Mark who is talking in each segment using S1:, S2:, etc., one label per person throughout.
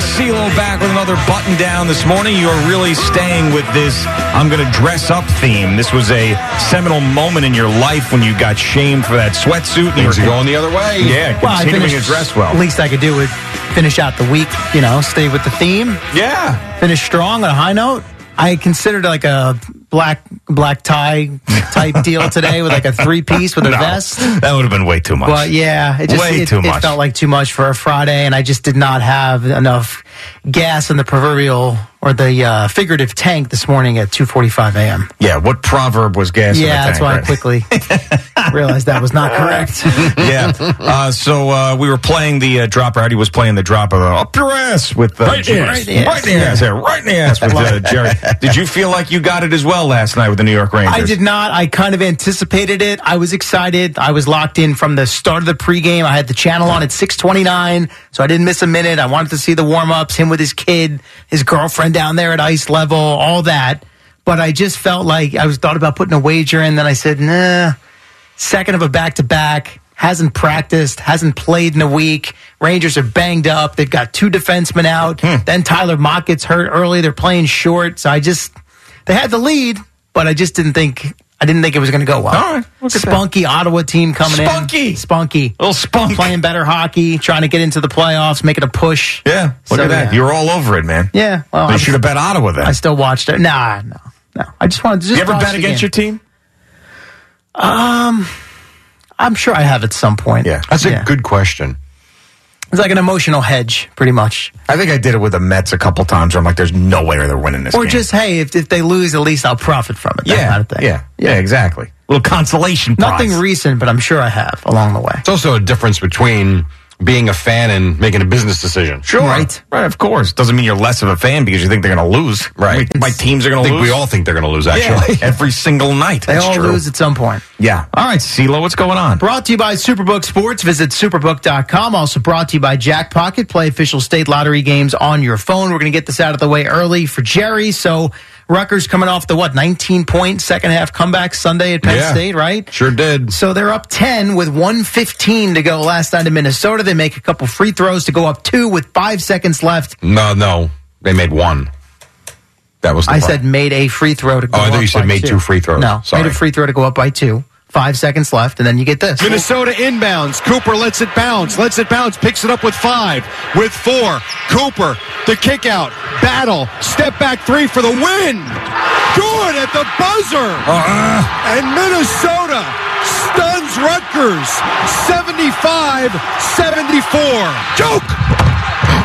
S1: CeeLo back with another button down this morning. You are really staying with this I'm going to dress up theme. This was a seminal moment in your life when you got shamed for that sweatsuit. And you
S2: Things are
S1: were
S2: going the other way.
S1: Yeah,
S3: Well, I
S1: continuing to
S3: finished-
S1: dress well.
S3: Least I could do would finish out the week, you know, stay with the theme,
S2: Yeah.
S3: finish strong on a high note. I considered like a black black tie type deal today with like a three piece with a vest.
S1: That would have been way too much.
S3: But yeah, it just
S1: Way
S3: it,
S1: too
S3: it
S1: much.
S3: felt like too much for a Friday, and I just did not have enough gas in the proverbial or the uh, figurative tank this morning at two forty five a.m.
S1: yeah, what proverb was gas in the
S3: Yeah, that's
S1: tank,
S3: why
S1: right?
S3: I quickly realized that was not correct.
S1: yeah. Uh, so uh, we were playing the uh, drop. Artie was playing the drop of uh, up your ass with uh,
S2: Right in the
S1: Jerry.
S2: ass.
S1: right in the ass, yeah, right in the ass with uh, Jerry. Did you feel like you got it as well last night with the New York Rangers?
S3: I did not. I kind of anticipated it. I was excited. I was locked in from the start of the pregame. I had the channel on at 629, so I didn't miss a minute. I wanted to see the warm-ups, him with his kid, his girlfriend down there at ice level, all that. But I just felt like I was thought about putting a wager in. Then I said, nah, second of a back-to-back. Hasn't practiced, hasn't played in a week. Rangers are banged up. They've got two defensemen out.
S1: Hmm.
S3: Then Tyler Mott gets hurt early. They're playing short. So I just, they had the lead, but I just didn't think I didn't think it was going to go well.
S1: All right, look at that.
S3: spunky Ottawa team coming
S1: Spunky.
S3: in, spunky,
S1: A little spunk.
S3: playing better hockey, trying to get into the playoffs, making a push.
S1: Yeah, look
S3: So,
S1: at that.
S3: yeah.
S1: You were all over it, man.
S3: Yeah, well,
S1: They
S3: I'm-
S1: should have bet Ottawa then.
S3: I still watched it. Nah, no, no. I just wanted to just
S1: you ever
S3: watch
S1: bet
S3: the
S1: against
S3: game.
S1: your team?
S3: I'm sure I have at some point.
S1: Yeah.
S2: That's a
S3: Yeah.
S2: good question.
S3: It's like an emotional hedge, pretty much.
S1: I think I did it with the Mets a couple times where I'm like, there's no way they're winning this
S3: Or
S1: game.
S3: just hey, if, if they lose, at least I'll profit from it. that
S1: yeah,
S3: kind of thing.
S1: yeah, yeah, exactly. little consolation prize.
S3: Nothing recent, but I'm sure I have along the way.
S2: It's also a difference between being a fan and making a business decision.
S1: Sure.
S3: Right.
S1: Right, of course. Doesn't mean you're less of a fan because you think they're going to lose.
S2: Right.
S1: I mean, My teams are
S2: I
S1: going to
S2: think
S1: lose.
S2: we all think they're going to lose,
S1: Yeah,
S2: actually.
S1: every single night.
S3: They all lose at some point.
S1: Yeah. All right, CeeLo, what's going on?
S3: Brought to you by Superbook Sports. Visit superbook.com. Also brought to you by Jack Pocket. Play official state lottery games on your phone. We're going to get this out of the way early for Jerry. So Rutgers coming off the what 19 point second half comeback Sunday at Penn
S2: Yeah.
S3: State, right?
S2: Sure did.
S3: So they're up 10 with 115 to go last night in Minnesota. They make a couple free throws to go up 2 with 5 seconds left.
S2: No, no. They made one. That was the
S3: I
S2: problem.
S3: said made a free throw to go
S2: Oh, I
S3: up
S2: thought you said
S3: by
S2: made two free throws.
S3: No,
S2: Sorry.
S3: made a free throw to go up by 2. 5 seconds left and then you get this.
S4: Minnesota inbounds. Cooper lets it bounce. Lets it bounce. Picks it up with five. With four. Cooper. The kick out. Battle. Step back three for the win. Good at the buzzer. And Minnesota stuns Rutgers 75 74. Joke.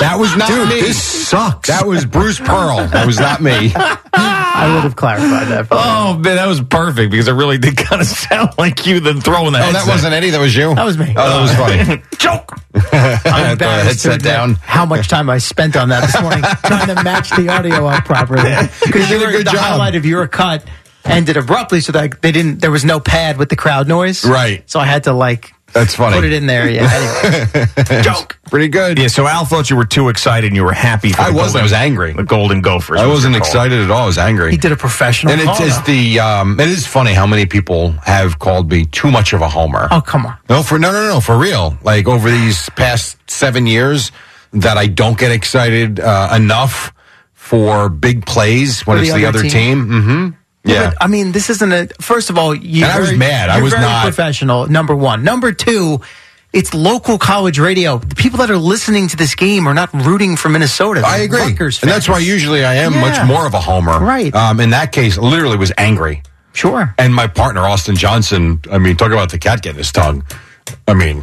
S2: that was not
S4: Dude,
S2: me.
S4: this
S2: sucks. That was Bruce Pearl. That was not me. Oh,
S3: I would have clarified that. for you.
S1: Oh, man, that was perfect because it really did kind of sound like you then throwing the
S2: Oh, that wasn't Eddie. That was you.
S3: That was me.
S2: Oh, that was funny.
S1: Joke.
S3: I'm
S2: Throw the
S3: embarrassed to
S2: headset
S3: admit
S2: down.
S3: how much time I spent on that this morning trying to match the audio up properly. Because
S2: did a good
S3: the
S2: job.
S3: highlight of your cut ended abruptly, so that they didn't. There was no pad with the crowd noise,
S2: Right.
S3: So I had to like
S2: That's funny.
S3: put it in there. Yeah, anyway.
S1: Joke.
S2: Pretty good.
S1: Yeah, so Al thought you were too excited and you were happy. For
S2: I
S1: the
S2: wasn't.
S1: Golden-
S2: I was angry.
S1: The Golden Gophers.
S2: I
S1: was
S2: wasn't
S1: your call.
S2: excited at all. I was angry.
S3: he did a professional.
S2: And it's,
S3: call,
S2: it's
S3: though.
S2: the um, it is funny how many people have called me too much of a homer.
S3: oh come on.
S2: No, for no, no, no, for real. Like over these past seven years, that I don't get excited uh, enough for big plays when
S3: For the
S2: it's the
S3: other
S2: other team.
S3: team.
S2: Mm-hmm. Yeah,
S3: But, I mean, this isn't a. First of all, you.
S2: And I was mad. I
S3: you're
S2: was
S3: very
S2: not-
S3: professional. Number one. Number two. It's local college radio. The people that are listening to this game are not rooting for Minnesota. They're
S2: I agree,
S3: Rutgers
S2: and that's
S3: fans.
S2: why usually I am
S3: Yeah.
S2: much more of a homer.
S3: Right.
S2: Um, in that case, literally was angry,
S3: Sure.
S2: and my partner Austin Johnson. I mean, talk about the cat getting his tongue. I mean,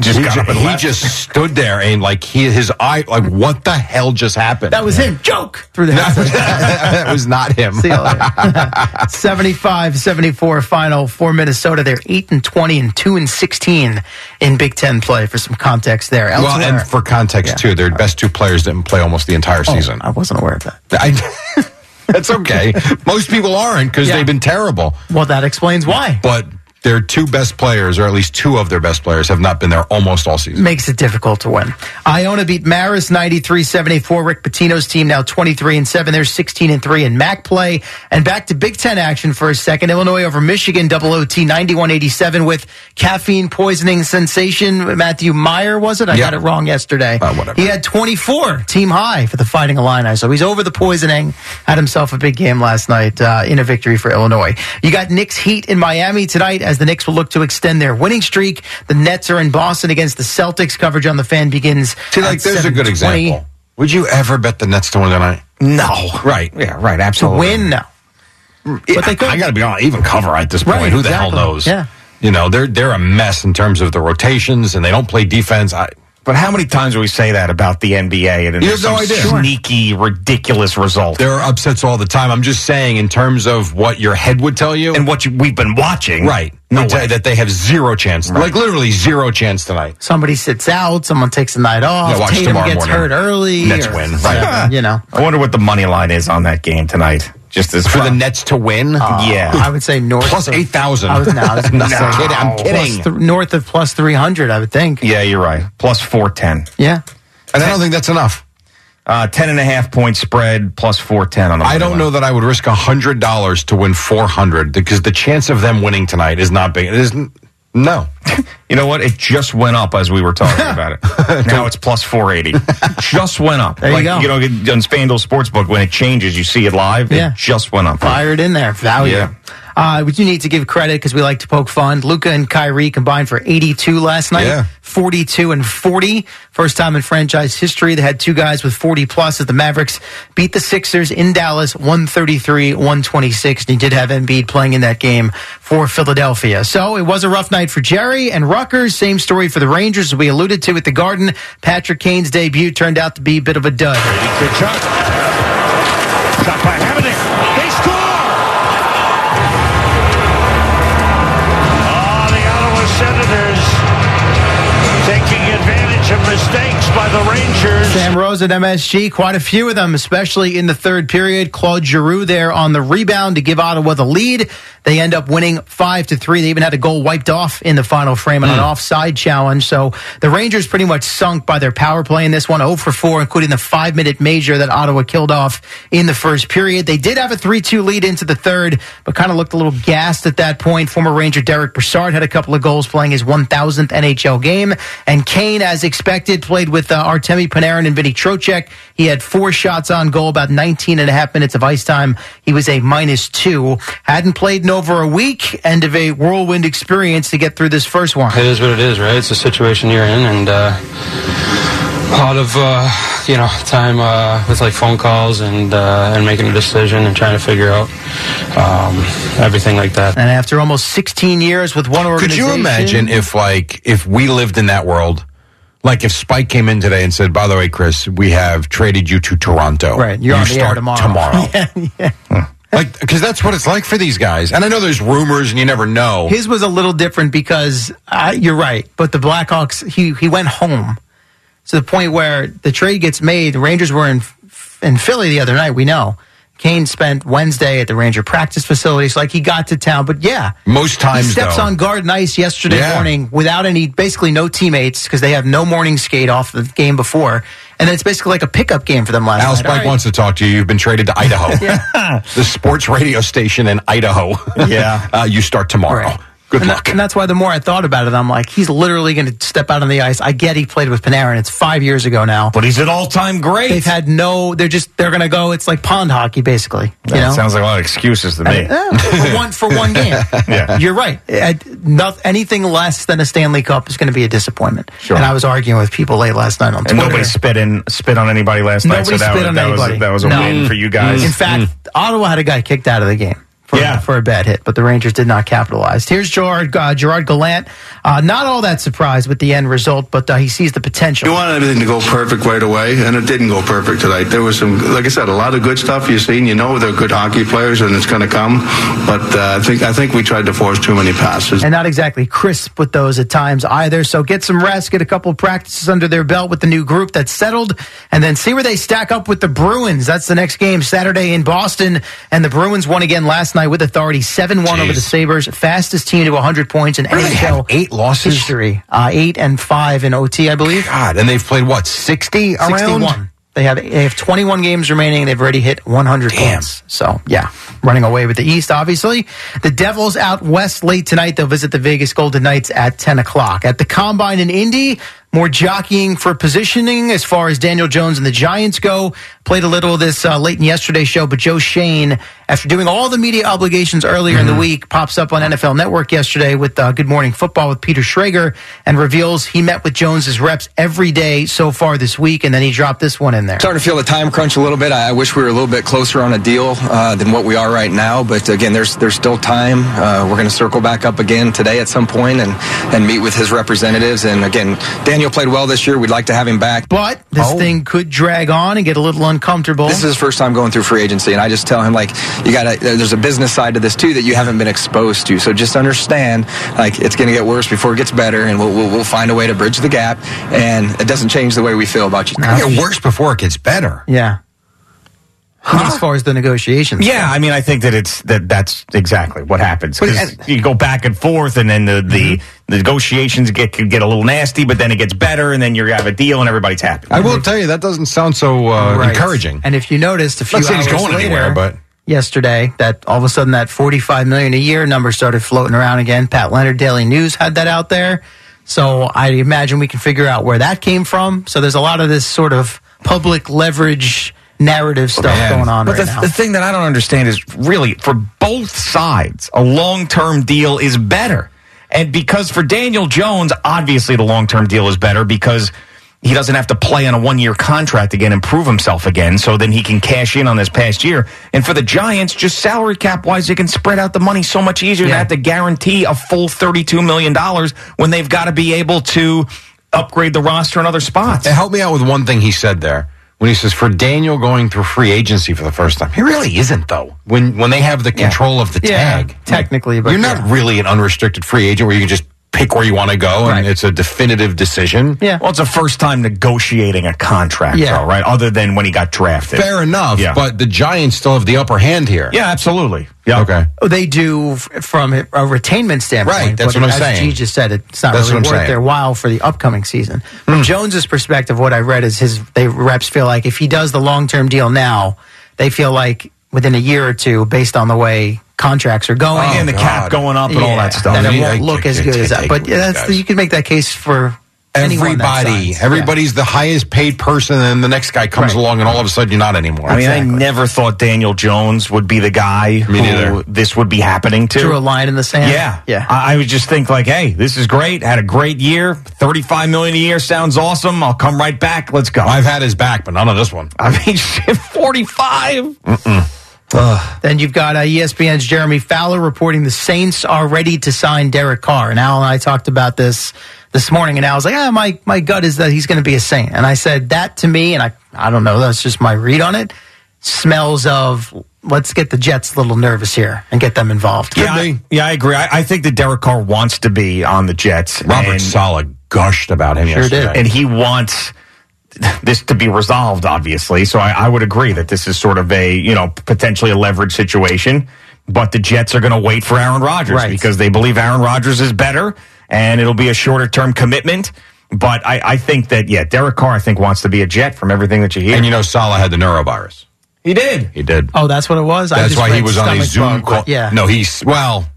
S1: Just
S2: he,
S1: got
S2: ju-
S1: up and
S2: he
S1: left.
S2: just stood there and like he his eye like what the hell just happened?
S3: That was him. Joke through the
S2: that was not him.
S3: See you later. 75-74 final for Minnesota. They're 8 and 20 and 2 and 16 in Big 10 play for some context there.
S2: Well,
S3: Elsewhere-
S2: and for context too, their best two players didn't play almost the entire
S3: Oh.
S2: season.
S3: I wasn't aware of that.
S2: I- that's okay. Most people aren't because
S3: Yeah.
S2: they've been terrible.
S3: Well, that explains why.
S2: But Their two best players, or at least two of their best players, have not been there almost all season.
S3: makes it difficult to win. Iona beat Maris 93-74. Rick Patino's team now 23 and 7. They're 16 and 3 in MAC play. And back to Big 10 action for a second. Illinois over Michigan double OT 91-87 with caffeine poisoning sensation Matthew Meyer was it? I
S2: Yeah.
S3: got it wrong yesterday.
S2: Uh, whatever.
S3: He had 24 team high for the Fighting Illini. So he's over the poisoning. Had himself a big game last night uh, in a victory for Illinois. You got Knicks Heat in Miami tonight as the Knicks will look to extend their winning streak. The Nets are in Boston against the Celtics. Coverage on the fan begins.
S2: See, like,
S3: at
S2: there's a good
S3: 7:20.
S2: example. Would you ever bet the Nets to win tonight?
S1: No.
S2: Right.
S1: Yeah, right.
S3: To
S1: Absolutely.
S3: win, no.
S2: Yeah,
S3: they could.
S2: I got to be honest, even cover at this point.
S3: Right,
S2: who the
S3: exactly.
S2: hell knows?
S3: Yeah.
S2: You know, they're they're a mess in terms of the rotations and they don't play defense. I,
S1: But how many times do we say that about the NBA? And then
S2: You
S1: there's
S2: have no
S1: some
S2: idea. Sure.
S1: sneaky, ridiculous result.
S2: there are upsets all the time. I'm just saying in terms of what your head would tell you.
S1: and what you, we've been watching.
S2: right.
S1: No
S2: would tell
S1: way.
S2: you that they have zero chance. Like literally zero chance tonight.
S3: Somebody sits out. Someone takes a night off.
S2: Yeah, watch
S3: Tatum
S2: tomorrow
S3: gets
S2: morning.
S3: hurt early.
S2: Nets
S3: or
S2: win, right.
S3: something, you know.
S1: I wonder what the money line is on that game tonight. Just as Ah.
S2: For the Nets to win?
S1: yeah.
S3: I would say north
S2: Plus
S3: of-
S2: 8,000.
S3: Uh, I was no, I was gonna
S2: No,
S3: say-
S2: I'm kidding, I'm
S3: plus
S2: kidding.
S3: th- north of plus three hundred. I would think.
S1: yeah, you're right. Plus 410.
S3: Yeah.
S2: And I don't think that's enough.
S1: Uh, 10 and a half point spread, plus 410 on the
S2: I don't know that I would risk hundred dollars to win four hundred because the chance of them winning tonight is not big. It is n- no.
S1: You know what? It just went up as we were talking about it. Now it's plus 480. just went up.
S3: There you
S1: like,
S3: go.
S1: know, on FanDuel Sportsbook, when it changes, you see it live.
S3: Yeah.
S1: It just went up.
S3: Fire it in there. Value.
S1: Yeah.
S3: Uh, we do need to give credit because we like to poke fun. Luca and Kyrie combined for 82 last night,
S2: Yeah.
S3: 42 and 40. First time in franchise history. They had two guys with 40 plus as the Mavericks beat the Sixers in Dallas 133, 126. And he did have Embiid playing in that game for Philadelphia. So it was a rough night for Jerry and Rutgers. Same story for the Rangers, as we alluded to at the Garden. Patrick Kane's debut turned out to be a bit of a dud.
S5: Kachuk. Shot by Hamannik. They score! Oh, the Ottawa Senators taking advantage of mistakes by the Rangers.
S3: Sam Rose at MSG, quite a few of them, especially in the third period. Claude Giroux there on the rebound to give Ottawa the lead. They end up winning five to three. They even had a goal wiped off in the final frame on an offside challenge. So the Rangers pretty much sunk by their power play in this one, 0 for 4, including the five minute major that Ottawa killed off in the first period. They did have a 3 2 lead into the third, but kind of looked a little gassed at that point. Former Ranger Derek Broussard had a couple of goals playing his 1,000th NHL game. And Kane, as expected, played with uh, Artemi Panarin and Vinny Trocek. He had four shots on goal, about 19 and a half minutes of ice time. He was a minus two. Hadn't played in over a week. End of a whirlwind experience to get through this first one.
S6: It is what it is, right? It's the situation you're in, and uh, a lot of uh, you know time uh, with like phone calls and uh, and making a decision and trying to figure out um, everything like that.
S3: And after almost 16 years with one
S2: Could
S3: organization.
S2: you imagine if like if we lived in that world? Like if Spike came in today and said, "By the way, Chris, we have traded you to Toronto.
S3: Right, you're
S2: you
S3: on the air
S2: start Hmm.
S3: tomorrow."
S2: Like because that's what it's like for these guys. And I know there's rumors, and you never know.
S3: His was a little different because uh, you're right, but the Blackhawks he he went home to the point where the trade gets made. The Rangers were in in Philly the other night. We know Kane spent Wednesday at the Ranger practice facility. So like he got to town, but yeah,
S2: Most times,
S3: he steps
S2: though.
S3: on garden ice yesterday
S2: Yeah.
S3: morning without any basically no teammates because they have no morning skate off the game before, and then it's basically like a pickup game for them last
S2: Al
S3: night.
S2: Spike wants to talk to you. You've been traded to Idaho, the sports radio station in Idaho.
S1: Yeah.
S2: uh, you start tomorrow.
S1: Oh,
S3: Right.
S2: Good
S3: and,
S2: luck.
S3: and that's why the more I thought about it, I'm like, he's literally going to step out on the ice. I get he played with Panarin. It's five years ago now.
S1: But he's an all time great.
S3: They've had no. They're just. They're going to go. It's like pond hockey, basically. You
S1: that
S3: know.
S1: sounds like a lot of excuses to me.
S3: Yeah, for one for one game.
S1: Yeah.
S3: You're right. I- not, anything less than a Stanley Cup is going to be a disappointment.
S1: Sure.
S3: And I was arguing with people late last night on
S1: And
S3: Twitter.
S1: nobody spit in spit on anybody last
S3: Nobody
S1: night. So that
S3: spit
S1: was,
S3: on
S1: that
S3: anybody.
S1: Was, that was a
S3: No. Mm.
S1: win for you guys.
S3: In fact, Ottawa had a guy kicked out of the game. For,
S1: Yeah.
S3: for a bad hit, but the Rangers did not capitalize. Here's Gerard uh, Gerard Gallant. Uh, not all that surprised with the end result, but uh, he sees the potential.
S7: You want everything to go perfect right away, and it didn't go perfect tonight. There was some, like I said, a lot of good stuff you've seen. You know they're good hockey players, and it's going to come. But uh, I think I think we tried to force too many passes.
S3: and not exactly crisp with those at times either. So get some rest, get a couple of practices under their belt with the new group that's settled, and then see where they stack up with the Bruins. That's the next game Saturday in Boston, and the Bruins won again last night with authority, 7 1 over the Sabres, fastest team to 100 points in
S2: do they have?
S3: NHL
S2: Eight losses?
S3: history. Uh, 8 and 5 in OT, I believe.
S2: God, and they've played what sixty around.
S3: 61. They have they have 21 games remaining. They've already hit 100 points. So yeah, running away with the East. Obviously, the Devils out west late tonight. They'll visit the Vegas Golden Knights at 10 o'clock at the Combine in Indy. More jockeying for positioning as far as Daniel Jones and the Giants go. Played a little of this uh, late in yesterday's show, but Joe Shane, after doing all the media obligations earlier in the week, pops up on NFL Network yesterday with uh, Good Morning Football with Peter Schrager and reveals he met with Jones's reps every day so far this week, and then he dropped this one in there.
S8: Starting to feel the time crunch a little bit. I, I wish we were a little bit closer on a deal uh, than what we are right now. But again, there's there's still time. Uh, we're going to circle back up again today at some point and and meet with his representatives. And again, Daniel played well this year. We'd like to have him back.
S3: But this thing could drag on and get a little uncomfortable.
S8: Oh. This is his first time going through free agency, and I just tell him like, you got to. There's a business side to this too that you haven't been exposed to. So just understand, like, it's going to get worse before it gets better, and we'll, we'll we'll find a way to bridge the gap. And it doesn't change the way we feel about you.
S2: It'll get worse before it gets better.
S3: yeah. As far as the negotiations,
S1: Yeah, I mean, I think that it's that that's exactly what happens. 'Cause
S2: and-
S1: you go back and forth, and then the the,
S3: Mm-hmm.
S1: the negotiations get could get a little nasty, but then it gets better, and then you have a deal, and everybody's happy.
S2: I will tell you that doesn't sound so uh,
S3: Right.
S2: encouraging.
S3: And if you noticed a few
S2: Not saying he's
S3: hours
S2: going
S3: later,
S2: anywhere, but
S3: yesterday that all of a sudden that 45 million a year number started floating around again. Pat Leonard Daily News had that out there. So I imagine we can figure out where that came from. So there's a lot of this sort of public leverage narrative stuff going on
S1: But
S3: right
S1: the,
S3: now.
S1: the thing that I don't understand is really for both sides, a long term deal is better. And because for Daniel Jones, obviously the long term deal is better because he doesn't have to play on a one year contract again and prove himself again. So then he can cash in on this past year. And for the Giants, just salary cap wise, they can spread out the money so much easier than
S3: Yeah.
S1: have to guarantee a full $32 million when they've got to be able to upgrade the roster in other spots.
S2: Hey, help me out with one thing he said there when he says for Daniel going through free agency for the first time. He really isn't though. When when they have the control of the
S3: Yeah,
S2: tag,
S3: technically, but
S2: you're not really an unrestricted free agent where you can just pick where you want to go and
S3: Right.
S2: it's a definitive decision.
S3: yeah.
S1: Well, it's the first time negotiating a contract,
S3: Yeah.
S1: though, right? Other than when he got drafted.
S2: Fair enough,
S1: Yeah.
S2: but the Giants still have the upper hand here.
S1: Yeah, absolutely. Yeah.
S2: Okay.
S3: Oh, They do f- from a retainment standpoint.
S2: Right, that's
S3: but
S2: what I'm
S3: as
S2: saying.
S3: G just said it's not
S2: That's
S3: really
S2: what
S3: worth
S2: I'm saying. Hmm.
S3: their while for the upcoming season. From Jones's perspective, what I read is his they reps feel like if he does the long term deal now, they feel like within a year or two, based on the way contracts are going
S1: and the cap going up and all that
S3: yeah,
S1: stuff.
S3: then
S2: Oh, I
S3: it
S2: mean,
S3: won't
S2: I
S3: look
S2: can't-
S3: as good
S2: can't
S3: as that.
S2: take
S3: But yeah,
S2: it with you
S3: that's
S2: guys.
S3: you can make that case for anyone that
S2: Everybody,
S3: signs.
S2: everybody's the highest paid person, and the next guy comes
S3: Right.
S2: along, and all of a sudden you're not anymore.
S1: I mean, I never thought Daniel Jones would be the guy
S2: Me
S1: who
S2: neither.
S1: this would be happening to.
S3: Yeah. drew a line in the sand.
S1: Yeah.
S3: yeah.
S1: I, I would just think like, hey, this is great. Had a great year. Thirty-five million a year sounds awesome. I'll come right back. Let's go.
S2: I've had his back, but none of this one.
S1: I mean, shit, forty-five.
S3: Then you've got uh, ESPN's Jeremy Fowler reporting the Saints are ready to sign Derek Carr. And Al and I talked about this this morning, and Al was like, ah, my, my gut is that he's going to be a Saint. And I said, that to me, and I, I don't know, that's just my read on it, smells of let's get the Jets a little nervous here and get them involved.
S1: Yeah, I, yeah, I agree. I, I think that Derek Carr wants to be on the Jets.
S2: Robert
S1: and-
S2: Sala gushed about him
S3: did.
S2: yesterday.
S1: and he wants this to be resolved obviously so I, I would agree that this is sort of a you know potentially a leverage situation but the jets are going to wait for aaron rodgers
S3: Right.
S1: because they believe aaron rodgers is better and it'll be a shorter term commitment but I, I think that yeah derek carr i think wants to be a jet from everything that you hear
S2: And you know, Salah had the neurovirus.
S1: he did
S2: He did.
S3: Oh, that's what it was? I
S2: That's
S3: just
S2: why he
S3: read
S2: was on a
S3: stomach
S2: Zoom
S3: bug,
S2: call.
S3: but Yeah.
S2: No, he's well.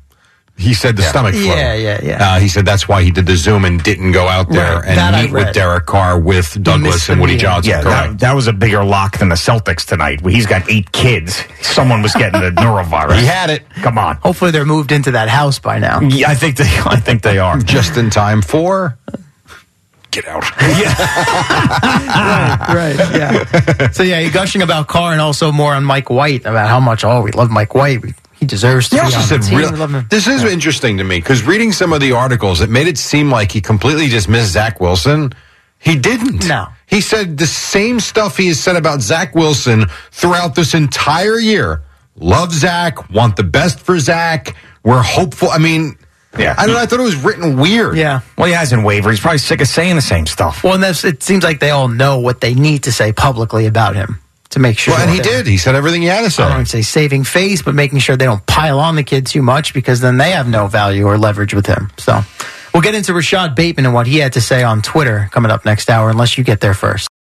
S2: He said the stomach flu.
S3: Yeah, yeah, yeah.
S2: Uh, he said that's why he did the Zoom and didn't go out there
S3: Right, that
S2: and
S3: I
S2: meet
S3: read.
S2: with Derek Carr with Douglas
S3: missed
S2: and
S3: the
S2: Woody
S3: meeting.
S2: Johnson.
S1: yeah,
S2: correct.
S1: that, that was a bigger lock than the Celtics tonight. He's got eight kids. Someone was getting the neurovirus.
S2: He had it. Oh.
S1: Come on.
S3: Hopefully they're moved into that house by now.
S1: Yeah, I think they. I think they are.
S2: just in time for get out.
S3: right. Yeah. so yeah, you're gushing about Carr and also more on Mike White about how much oh we love Mike White. We, he deserves to
S2: He
S3: be
S2: also
S3: on
S2: said,
S3: the team.
S2: real-
S3: We love him.
S2: "This is interesting to me because reading some of the articles, it made it seem like he completely dismissed Zach Wilson. He didn't.
S3: No.
S2: he said the same stuff he has said about Zach Wilson throughout this entire year. Love Zach, want the best for Zach. We're hopeful. I mean,
S1: Yeah.
S2: I don't know. I thought it was written weird.
S3: Yeah.
S1: Well, he hasn't wavered. He's probably sick of saying the same stuff.
S3: Well, and that's, it seems like they all know what they need to say publicly about him. to make sure.
S2: Well, and he
S3: that-
S2: did. He said everything he had
S3: I
S2: to say.
S3: don't say saving face, but making sure they don't pile on the kid too much because then they have no value or leverage with him. So we'll get into Rashad Bateman and what he had to say on Twitter coming up next hour, unless you get there first.